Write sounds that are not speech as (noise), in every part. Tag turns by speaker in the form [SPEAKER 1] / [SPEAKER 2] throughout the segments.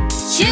[SPEAKER 1] 刊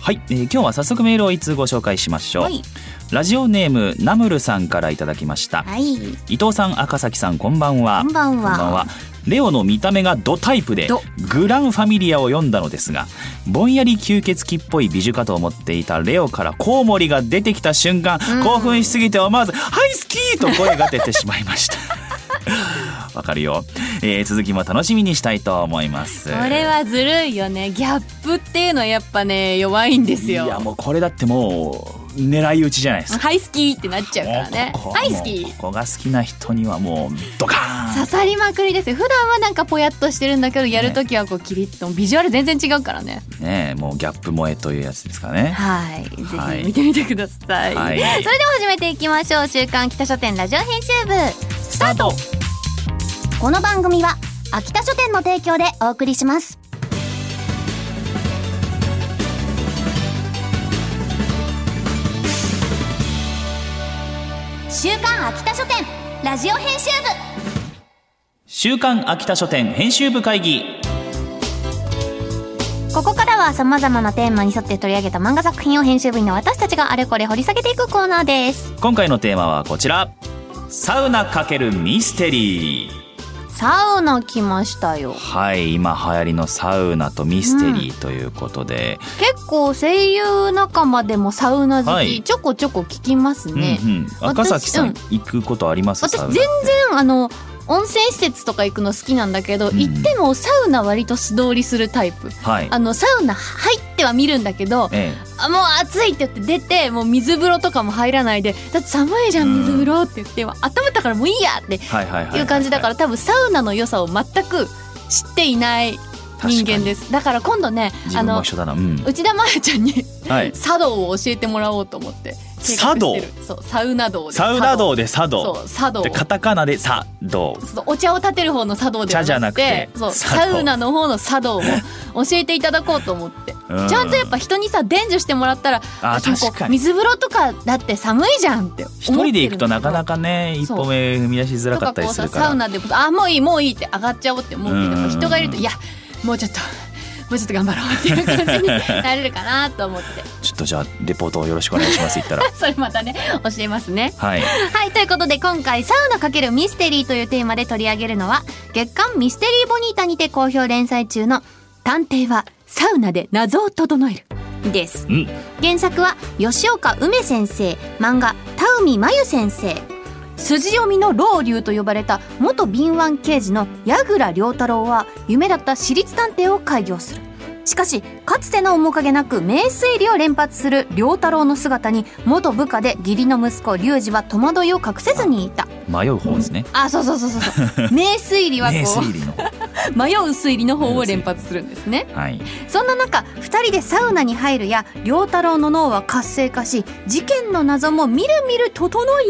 [SPEAKER 2] はい、えー今日は早速メールを一通ご紹介しましょう、
[SPEAKER 3] い
[SPEAKER 2] ラジオネームナムルさんからいただきました、
[SPEAKER 3] はい
[SPEAKER 2] 伊藤さん赤崎さんこんばんは
[SPEAKER 3] こんばんは
[SPEAKER 2] レオの見た目がドタイプで
[SPEAKER 3] ド
[SPEAKER 2] グランファミリアを読んだのですがぼんやり吸血鬼っぽい美女かと思っていたレオからコウモリが出てきた瞬間、興奮しすぎて思わず「はい好き!」と声が出てしまいました (laughs) わかるよ、えー続きも楽しみにしたいと思います
[SPEAKER 4] これはずるいよねギャップっていうのはやっぱね弱いんですよ
[SPEAKER 2] いやもうこれだってもう狙い撃ちじゃないですか。
[SPEAKER 4] はい好きってなっちゃうから
[SPEAKER 2] も
[SPEAKER 4] ね
[SPEAKER 2] うここ
[SPEAKER 4] はい
[SPEAKER 2] もう
[SPEAKER 4] 好き
[SPEAKER 2] ここが好きな人にはもうドカーン
[SPEAKER 4] 刺さりまくりですよ普段はなんかぽやっとしてるんだけどやるときはこうキリッとビジュアル全然違うからね
[SPEAKER 2] ねえもうギャップ萌えというやつですかね。
[SPEAKER 4] はいぜ
[SPEAKER 2] はい
[SPEAKER 4] ひ見てみてください、
[SPEAKER 2] はい。
[SPEAKER 3] それでは始めていきましょう週刊秋田書店ラジオ編集部
[SPEAKER 2] スタート。
[SPEAKER 3] この番組は秋田書店の提供でお送りします週刊秋田書店ラジオ編集部
[SPEAKER 2] 週刊秋田書店編集部会議。
[SPEAKER 3] ここからは様々なテーマに沿って取り上げた漫画作品を編集部員の私たちがあれこれ掘り下げていくコーナーです。
[SPEAKER 2] 今回のテーマはこちら。サウナ×ミステリー。
[SPEAKER 3] サウナ来ましたよ。
[SPEAKER 2] はい、今流行りのサウナとミステリーということで、
[SPEAKER 4] 結構声優仲間でもサウナ好き、
[SPEAKER 2] はい
[SPEAKER 4] ちょこちょこ聞きます
[SPEAKER 2] うんう
[SPEAKER 4] ね、
[SPEAKER 2] ん、赤崎さ
[SPEAKER 4] うん
[SPEAKER 2] ん行くことあります？
[SPEAKER 4] 私
[SPEAKER 2] サウ
[SPEAKER 4] 全
[SPEAKER 2] ナ
[SPEAKER 4] 然あの温泉施設とか行くの好きなんだけど、
[SPEAKER 2] うん
[SPEAKER 4] 行ってもサウナ割と素通りするタイプ
[SPEAKER 2] はい
[SPEAKER 4] あ。のサウナ入っては見るんだけど
[SPEAKER 2] え
[SPEAKER 4] あもう暑いって言って出てもう水風呂とかも入らないでだって寒いじゃ
[SPEAKER 2] うん
[SPEAKER 4] ん水風呂って言って温まったからもういいやって
[SPEAKER 2] え、はいはいはいはい、はい
[SPEAKER 4] いう感じだから多分サウナの良さを全く知っていない人間
[SPEAKER 2] す。
[SPEAKER 4] ですだから今度ね
[SPEAKER 2] 自
[SPEAKER 4] あ
[SPEAKER 2] 分も
[SPEAKER 4] の
[SPEAKER 2] 一緒だな。うん。
[SPEAKER 4] 内田真礼ちゃんに
[SPEAKER 2] はい。
[SPEAKER 4] 茶道を教えてもらおうと思って計画してるそうサウナ道で
[SPEAKER 2] サウナ道で茶道。
[SPEAKER 4] そう茶道
[SPEAKER 2] でカタカナで茶道。
[SPEAKER 4] そうお茶を立てる方の茶道では
[SPEAKER 2] 茶じゃなくて
[SPEAKER 4] そう
[SPEAKER 2] 茶
[SPEAKER 4] サ
[SPEAKER 2] 道
[SPEAKER 4] ウナの方の茶道を教えていただこうと思って
[SPEAKER 2] (laughs) うん
[SPEAKER 4] ちゃんとやっぱ人にさ伝授してもらったら
[SPEAKER 2] あ
[SPEAKER 4] 私もこう
[SPEAKER 2] 確かに
[SPEAKER 4] 水風呂とかだって寒いじゃんって思って
[SPEAKER 2] 一人で行くとなかな
[SPEAKER 4] か
[SPEAKER 2] かね一
[SPEAKER 4] そ
[SPEAKER 2] 歩
[SPEAKER 4] う
[SPEAKER 2] 目踏み出しづら
[SPEAKER 4] と
[SPEAKER 2] か
[SPEAKER 4] か
[SPEAKER 2] った
[SPEAKER 4] こ
[SPEAKER 2] り
[SPEAKER 4] う
[SPEAKER 2] す
[SPEAKER 4] さ
[SPEAKER 2] るか
[SPEAKER 4] サ
[SPEAKER 2] ら
[SPEAKER 4] ウナでもあもういいもういいって上がっちゃおうって思うけど
[SPEAKER 2] うん
[SPEAKER 4] 人がいるといやもうちょっと (laughs) もうちょっと頑張ろうっていう感じに (laughs) なれるかなと思って
[SPEAKER 2] ちょっとじゃあレポートをよろしくお願いします言った
[SPEAKER 4] (laughs)
[SPEAKER 2] ら
[SPEAKER 4] それまたね教えますね。
[SPEAKER 2] はい
[SPEAKER 3] はい、ということで今回サウナ×ミステリーというテーマで取り上げるのは月刊ミステリーボニータにて好評連載中の探偵はサウナで謎を整えるです。
[SPEAKER 2] うん
[SPEAKER 3] 原作は吉岡梅先生漫画田海真由先生筋読みの老竜と呼ばれた元敏腕刑事の矢倉良太郎は夢だった私立探偵を開業するしかしかつての面影なく名推理を連発する良太郎の姿に元部下で義理の息子龍二は戸惑いを隠せずにいた
[SPEAKER 2] 迷う方ですね
[SPEAKER 4] あそうそうそうそうそう
[SPEAKER 2] (laughs)
[SPEAKER 4] 名推理はこ
[SPEAKER 2] ねえ
[SPEAKER 4] う
[SPEAKER 2] 推理の方
[SPEAKER 4] 迷う推理の方を連発するんですね。
[SPEAKER 2] はい
[SPEAKER 3] そんな中2人でサウナに入るや良太郎の脳は活性化し事件の謎もみるみる整い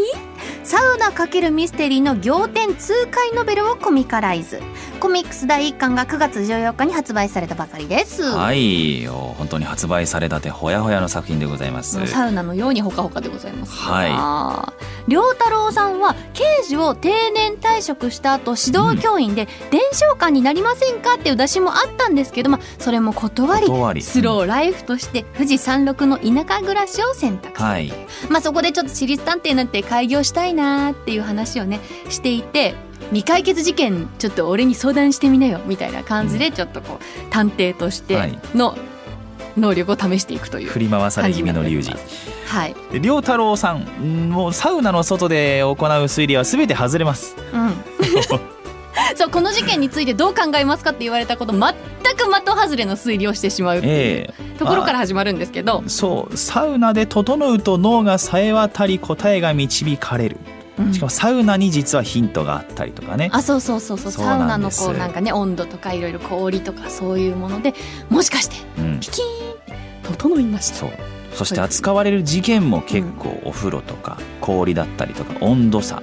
[SPEAKER 3] サウナ×ミステリーの仰天痛快ノベルをコミカライズコミックス第1巻が9月14日に発売されたばかりです、
[SPEAKER 2] はいお本当に発売されたてほやほやの作品でございます
[SPEAKER 4] もうサウナのようにほかほかでございます。
[SPEAKER 2] はい
[SPEAKER 3] あー良太郎さんは刑事を定年退職した後指導教員で伝承官になりませんかっていう出しもあったんですけど、まあ、それも断り
[SPEAKER 2] 断り
[SPEAKER 3] スロ
[SPEAKER 2] ー
[SPEAKER 3] ーライフとして富士山麓の田舎暮らしを選択する、
[SPEAKER 2] はい
[SPEAKER 3] まあ、そこでちょっと私立探偵なんて開業したいなーっていう話をねしていて
[SPEAKER 4] 未解決事件ちょっと俺に相談してみなよみたいな感じでちょっとこう探偵としての能力を試していくという
[SPEAKER 2] 振。り回され気味の龍
[SPEAKER 4] 会
[SPEAKER 2] 二
[SPEAKER 4] 議になっておりはい、
[SPEAKER 2] で良太郎さんうんもうサウナの外で行う推理は全て外れます
[SPEAKER 4] (laughs) そうこの事件についてどう考えますかって言われたこと全く的外れの推理をしてしまう
[SPEAKER 2] ええ
[SPEAKER 4] ところから始まるんですけど
[SPEAKER 2] そうサウナで整うと脳がさえ渡り答えが導かれる、
[SPEAKER 4] うん
[SPEAKER 2] しかもサウナに実はヒントがあったりとかね
[SPEAKER 4] あそうそうそうそう
[SPEAKER 2] そう
[SPEAKER 4] サウ
[SPEAKER 2] な
[SPEAKER 4] ナ
[SPEAKER 2] んで
[SPEAKER 4] の
[SPEAKER 2] す
[SPEAKER 4] こうなんかね温度とかいろいろ氷とかそういうものでもしかして
[SPEAKER 2] うん
[SPEAKER 4] ピキーンって整いました
[SPEAKER 2] そうそして扱われる事件も結構お風呂とか氷だったりとか温度差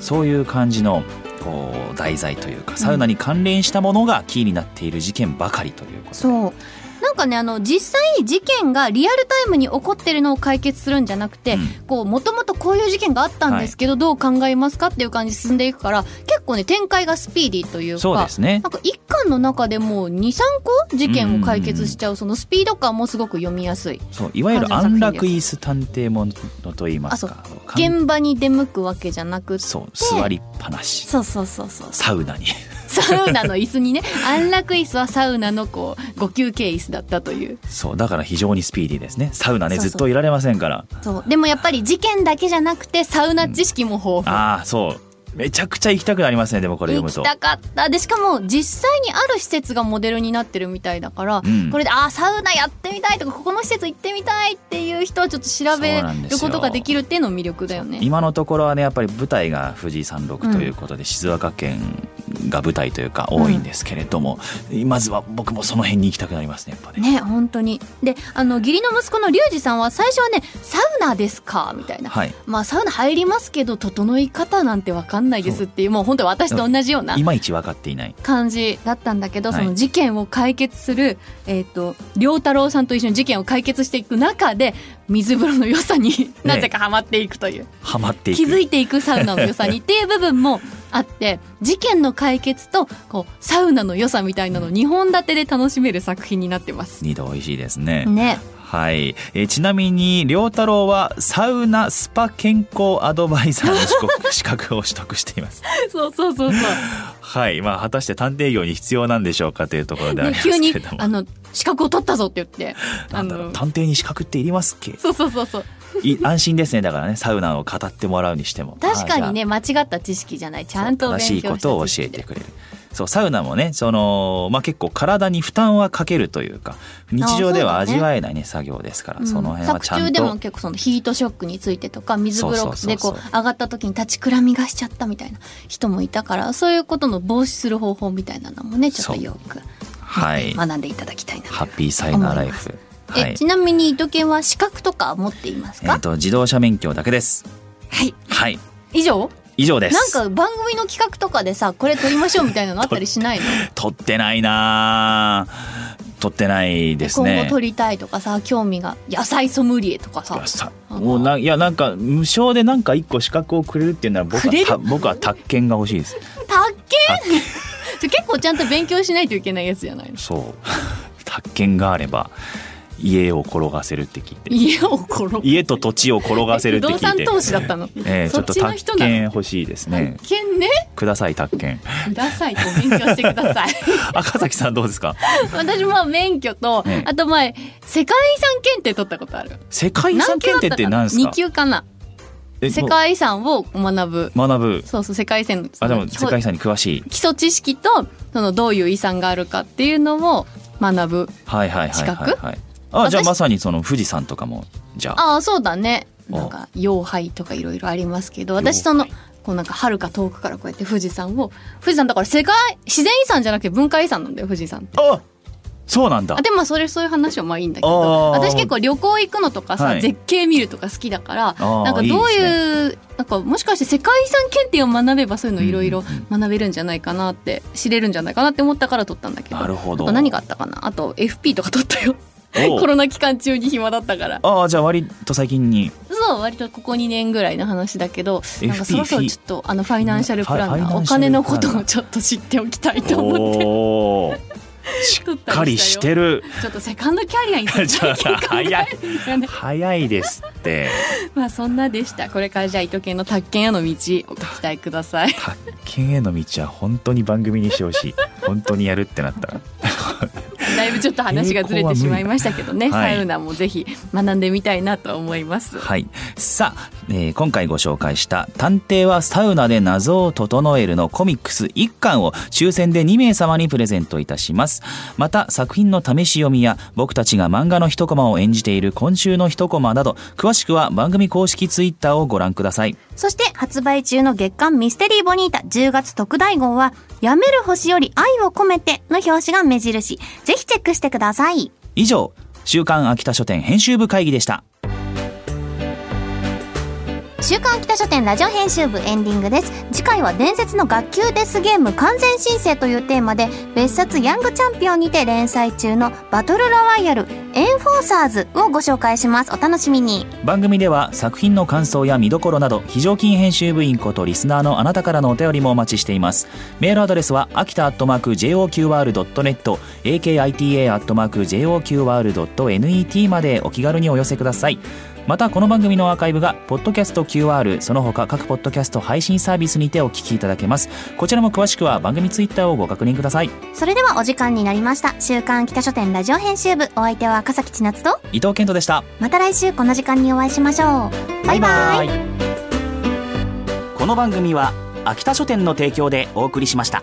[SPEAKER 2] そういう感じのこう題材というかサウナに関連したものがキーになっている事件ばかりということで、
[SPEAKER 3] そうなんかねあの実際事件がリアルタイムに起こってるのを解決するんじゃなくて、
[SPEAKER 2] うん
[SPEAKER 3] こうもともとこういう事件があったんですけど、どう考えますかっていう感じで進んでいくから結構ね展開がスピーディーというか
[SPEAKER 2] そうですね
[SPEAKER 3] なんか一巻の中でも23個事件を解決しちゃうそのスピード感もすごく読みやすい
[SPEAKER 2] そういわゆる
[SPEAKER 3] 感じ
[SPEAKER 2] 安
[SPEAKER 3] の作品です
[SPEAKER 2] 楽椅子探偵ものといいますかかん
[SPEAKER 3] 現場に出向くわけじゃなくて
[SPEAKER 2] そう座りっぱなし
[SPEAKER 3] そうそうそうそう
[SPEAKER 2] サウナに (laughs)
[SPEAKER 4] サウナの椅子にね安楽椅子はサウナのこう5休憩椅子だったという
[SPEAKER 2] そうだから非常にスピーディーですねサウナね
[SPEAKER 3] そうそう
[SPEAKER 2] ずっといられませんから
[SPEAKER 3] そうでもやっぱり事件だけじゃなくてサウナ知識も豊富、
[SPEAKER 2] ああそうめちゃくちゃ行きたくなりますねでもこれ読
[SPEAKER 3] 行
[SPEAKER 2] む
[SPEAKER 3] き
[SPEAKER 2] と
[SPEAKER 3] たかったでしかも実際にある施設がモデルになってるみたいだから、
[SPEAKER 2] うん
[SPEAKER 3] これであーサウナやってみたいとかここの施設行ってみたいっていう人はちょっと調べ
[SPEAKER 2] そうなんです
[SPEAKER 3] る
[SPEAKER 2] よ
[SPEAKER 3] ことができるっていうのも魅力だよね。
[SPEAKER 2] 今のところはねやっぱり舞台が藤井山麓ということで、静岡県が舞台というか多いんですけれども、まずは僕もその辺に行きたくなりますねやっぱね。
[SPEAKER 3] ね本当にであの義理の息子のリュウジさんは最初はね「サウナですか?」みたいな、
[SPEAKER 2] はい、
[SPEAKER 3] まあサウナ入りますけど整い方なんてわかんないですっていうもう本当私と同じようない
[SPEAKER 2] まいち分かっていない
[SPEAKER 3] 感じだったんだけど、
[SPEAKER 2] はい
[SPEAKER 3] その事件を解決する、えっ、と、良太郎さんと一緒に事件を解決していく中で、水風呂の良さになぜかハマっていくという、
[SPEAKER 2] ハマっていく
[SPEAKER 3] 気づいていくサウナの良さにっていう部分もあって、事件の解決と、こう、サウナの良さみたいなのを2本立てで楽しめる作品になってます。
[SPEAKER 2] 二度美味しいですね。
[SPEAKER 3] ね。
[SPEAKER 2] はい、えーちなみに良太郎はサウナスパ健康アドバイザーの資格資格を取得して
[SPEAKER 3] (laughs)
[SPEAKER 2] います。
[SPEAKER 3] そうそうそうそう。
[SPEAKER 2] はい、まあ果たして探偵業に必要なんでしょうかというところであり
[SPEAKER 3] ね
[SPEAKER 2] ま、す
[SPEAKER 3] 急に
[SPEAKER 2] けれど、も、
[SPEAKER 3] あの、資格を取ったぞって言って、
[SPEAKER 2] な
[SPEAKER 3] あ
[SPEAKER 2] んだろう
[SPEAKER 3] の、
[SPEAKER 2] 探偵に資格っていりますっけ？
[SPEAKER 3] そうそうそうそう。
[SPEAKER 2] い (laughs) 安心ですねだからねサウナを語ってもらうにしても
[SPEAKER 3] 確か
[SPEAKER 2] あ
[SPEAKER 3] に
[SPEAKER 2] ーじゃ
[SPEAKER 3] ね、間違った知識じゃない。ち
[SPEAKER 2] あ
[SPEAKER 3] ゃんと勉強
[SPEAKER 2] 正しい
[SPEAKER 3] した
[SPEAKER 2] ことを
[SPEAKER 3] 知
[SPEAKER 2] 教え
[SPEAKER 3] 識で
[SPEAKER 2] てくれるそうサウナもねその、まあ、結構体に負担はかけるというか日常では
[SPEAKER 3] あーそうだね
[SPEAKER 2] 味わえないね作業ですから、その辺はちゃ
[SPEAKER 3] 作中
[SPEAKER 2] ん
[SPEAKER 3] でも
[SPEAKER 2] と
[SPEAKER 3] 結構そのヒートショックについてとか水風呂で
[SPEAKER 2] そうそう
[SPEAKER 3] こ
[SPEAKER 2] そう
[SPEAKER 3] う上がった時に立ちくらみがしちゃったみたいな人もいたからそういうことの防止する方法みたいなのもねちょっとよく
[SPEAKER 2] はい
[SPEAKER 3] 学んでいただきたいな。
[SPEAKER 2] ハッピーサイナーライフは
[SPEAKER 3] え
[SPEAKER 2] い
[SPEAKER 3] ちなみに糸犬は資格とか持っています
[SPEAKER 2] えっ、
[SPEAKER 3] か、
[SPEAKER 2] と自動車免許だけです
[SPEAKER 3] はい
[SPEAKER 2] はい
[SPEAKER 3] 以上
[SPEAKER 2] 以上で
[SPEAKER 3] なん
[SPEAKER 2] す
[SPEAKER 3] か番組の企画とかでさこれ撮りましょうみたいなのあったりしないの
[SPEAKER 2] 撮ってないなぁ撮ってないです
[SPEAKER 3] 今後
[SPEAKER 2] ね
[SPEAKER 3] 撮りたいとかさ興味が野菜ソムリエとか
[SPEAKER 2] い
[SPEAKER 3] さ
[SPEAKER 2] やさもうないやなんか無償でなんか一個資格をくれるっていうなら僕
[SPEAKER 3] くれ
[SPEAKER 2] は
[SPEAKER 3] る
[SPEAKER 2] た僕は宅建が欲しいです
[SPEAKER 3] たっけ結 (laughs) 構ちゃんと勉強しないといけないやつじゃないの
[SPEAKER 2] そう宅建があれば家を転がせるって聞いて
[SPEAKER 3] 家を転ぶ
[SPEAKER 2] 家と土地を転がせるって聞いて
[SPEAKER 3] 不動産投資だったの
[SPEAKER 2] ええち
[SPEAKER 3] そ
[SPEAKER 2] ょ
[SPEAKER 3] っ
[SPEAKER 2] っと
[SPEAKER 3] ちの
[SPEAKER 2] 宅
[SPEAKER 3] 人なの
[SPEAKER 2] 建欲しいですね
[SPEAKER 3] 一見ね
[SPEAKER 2] ください
[SPEAKER 3] (laughs)
[SPEAKER 2] 宅建
[SPEAKER 3] くださいと勉強してください (laughs)
[SPEAKER 2] 赤崎さんどうですか
[SPEAKER 3] 私も免許と、
[SPEAKER 2] ええ
[SPEAKER 3] あと前世界遺産検定取ったことある
[SPEAKER 2] 世界遺産検定って何です
[SPEAKER 3] 二
[SPEAKER 2] か
[SPEAKER 3] 級かな
[SPEAKER 2] え
[SPEAKER 3] 世界遺産を学ぶ
[SPEAKER 2] 学ぶ
[SPEAKER 3] そうそう世界遺産の
[SPEAKER 2] あでも
[SPEAKER 3] そ
[SPEAKER 2] 世
[SPEAKER 3] の
[SPEAKER 2] 界遺産に詳しい
[SPEAKER 3] 基礎知識とそのどういう遺産があるかっていうのを学ぶ
[SPEAKER 2] はいはいはいはい、
[SPEAKER 3] 資
[SPEAKER 2] はい、あじゃあ
[SPEAKER 3] 私
[SPEAKER 2] まさにその富士山とかもじゃあ
[SPEAKER 3] ああそうだね
[SPEAKER 2] あ
[SPEAKER 3] なんか妖怪とかいろいろありますけど私その
[SPEAKER 2] 妖
[SPEAKER 3] こうなんか遥か遠くからこうやって富士山を富士山だから世界自然遺産じゃなくて文化遺産なんだよ富士山って。
[SPEAKER 2] あそうなんだ
[SPEAKER 3] あでもまあそれそういう話はまあいいんだけ
[SPEAKER 2] あ
[SPEAKER 3] ど
[SPEAKER 2] ー
[SPEAKER 3] 私結構旅行行くのとかさ、
[SPEAKER 2] はい
[SPEAKER 3] 絶景見るとか好きだから
[SPEAKER 2] ー
[SPEAKER 3] なんかどういうなんかもしかして世界遺産検定を学べばそういうのいろいろ
[SPEAKER 2] うんうん
[SPEAKER 3] 学べるんじゃないかなって知れるんじゃないかなって思ったから撮ったんだけど
[SPEAKER 2] なるほど
[SPEAKER 3] あと何があったかなあと FP とか撮ったよ
[SPEAKER 2] お
[SPEAKER 3] コロナ期間中に暇だったから
[SPEAKER 2] ああじゃあ割と最近に
[SPEAKER 3] そう割とここ2年ぐらいの話だけど
[SPEAKER 2] FP
[SPEAKER 3] なんかそろそろちょっとあのファイナンシャルプランナ
[SPEAKER 2] ファイファ
[SPEAKER 3] ー
[SPEAKER 2] イナ
[SPEAKER 3] お
[SPEAKER 2] ンシャル
[SPEAKER 3] 金
[SPEAKER 2] プ
[SPEAKER 3] の
[SPEAKER 2] ランナー
[SPEAKER 3] ことをちょっと知っておきたいと思って
[SPEAKER 2] おお
[SPEAKER 3] (laughs)
[SPEAKER 2] ーし
[SPEAKER 3] 撮っ
[SPEAKER 2] ったかりしてる
[SPEAKER 3] ちょっとセカンドキャリアについ
[SPEAKER 2] じゃあ
[SPEAKER 3] て考え
[SPEAKER 2] 早い
[SPEAKER 3] るんだよね
[SPEAKER 2] 早いですって
[SPEAKER 3] まあそんなでした。これからじゃあ伊藤家の宅建への道お期待くださ
[SPEAKER 2] (laughs)
[SPEAKER 3] い。
[SPEAKER 2] 宅建への道は本当に番組にしてほしい本当にやるってなったら
[SPEAKER 3] だいぶちょっと話がずれてしまいましたけどね、
[SPEAKER 2] 平 (laughs) 行
[SPEAKER 3] サウナ
[SPEAKER 2] は無理だはい
[SPEAKER 3] もぜひ学んでみたいなと思います。
[SPEAKER 2] はいさあ、えー今回ご紹介した「探偵はサウナで謎を整える」のコミックス1巻を抽選で2名様にプレゼントいたしますまた作品の試し読みや僕たちが漫画の一コマを演じている今週の一コマなど詳しくは番組公式ツイッターをご覧ください
[SPEAKER 3] そして発売中の月刊ミステリーボニータ10月特大号は、やめる星より愛を込めての表紙が目印。ぜひチェックしてください。
[SPEAKER 2] 以上週刊秋田書店編集部会議でした
[SPEAKER 4] 週刊北書店ラジオ編集部エンディングです次回は伝説の学級デスゲーム完全申請というテーマで別冊ヤングチャンピオンにて連載中のバトルロワイヤルエンフォーサーズをご紹介しますお楽しみに
[SPEAKER 2] 番組では作品の感想や見どころなど非常勤編集部員ことリスナーのあなたからのお便りもお待ちしていますメールアドレスは秋田アットマーク JOQR.net akita アットマーク JOQR.net までお気軽にお寄せくださいまたこの番組のアーカイブがポッドキャスト QR その他各ポッドキャスト配信サービスにてお聞きいただけますこちらも詳しくは番組ツイッターをご確認ください
[SPEAKER 4] それではお時間になりました週刊北書店ラジオ編集部お相手は笠木千夏と
[SPEAKER 2] 伊藤健人でした
[SPEAKER 4] また来週この時間にお会いしましょうバイバイ
[SPEAKER 2] この番組は秋田書店の提供でお送りしました